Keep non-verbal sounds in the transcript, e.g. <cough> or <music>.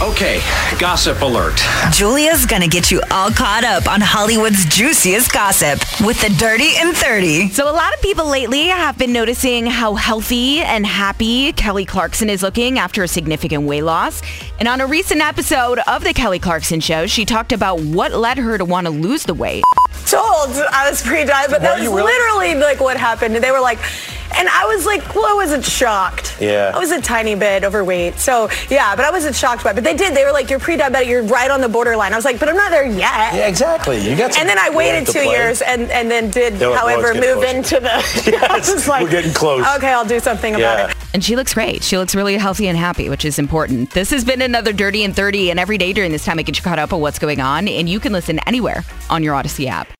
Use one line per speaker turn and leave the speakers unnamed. Okay, gossip alert.
Julia's gonna get you all caught up on Hollywood's juiciest gossip with the Dirty and 30.
So, a lot of people lately have been noticing how healthy and happy Kelly Clarkson is looking after a significant weight loss. And on a recent episode of The Kelly Clarkson Show, she talked about what led her to want to lose the weight.
told I was pre-diet, but that was
you really?
literally like what happened. And they were like, and I was like, well, I wasn't shocked.
Yeah.
I was a tiny bit overweight. So yeah, but I wasn't shocked by it. But they did. They were like, you're pre-diabetic. You're right on the borderline. I was like, but I'm not there yet.
Yeah, exactly. You got. Some
And then I
role
waited
to
two
play.
years and, and then did,
They're like, well,
however,
it's getting
move
close.
into the... <laughs> I was
<laughs> Yes, we're getting close.
Okay, I'll do something about
Yeah.
it.
And she looks great. She looks really healthy and happy, which is important. This has been another Dirty and 30, and every day during this time, I get you caught up on what's going on. And you can listen anywhere on your Odyssey app.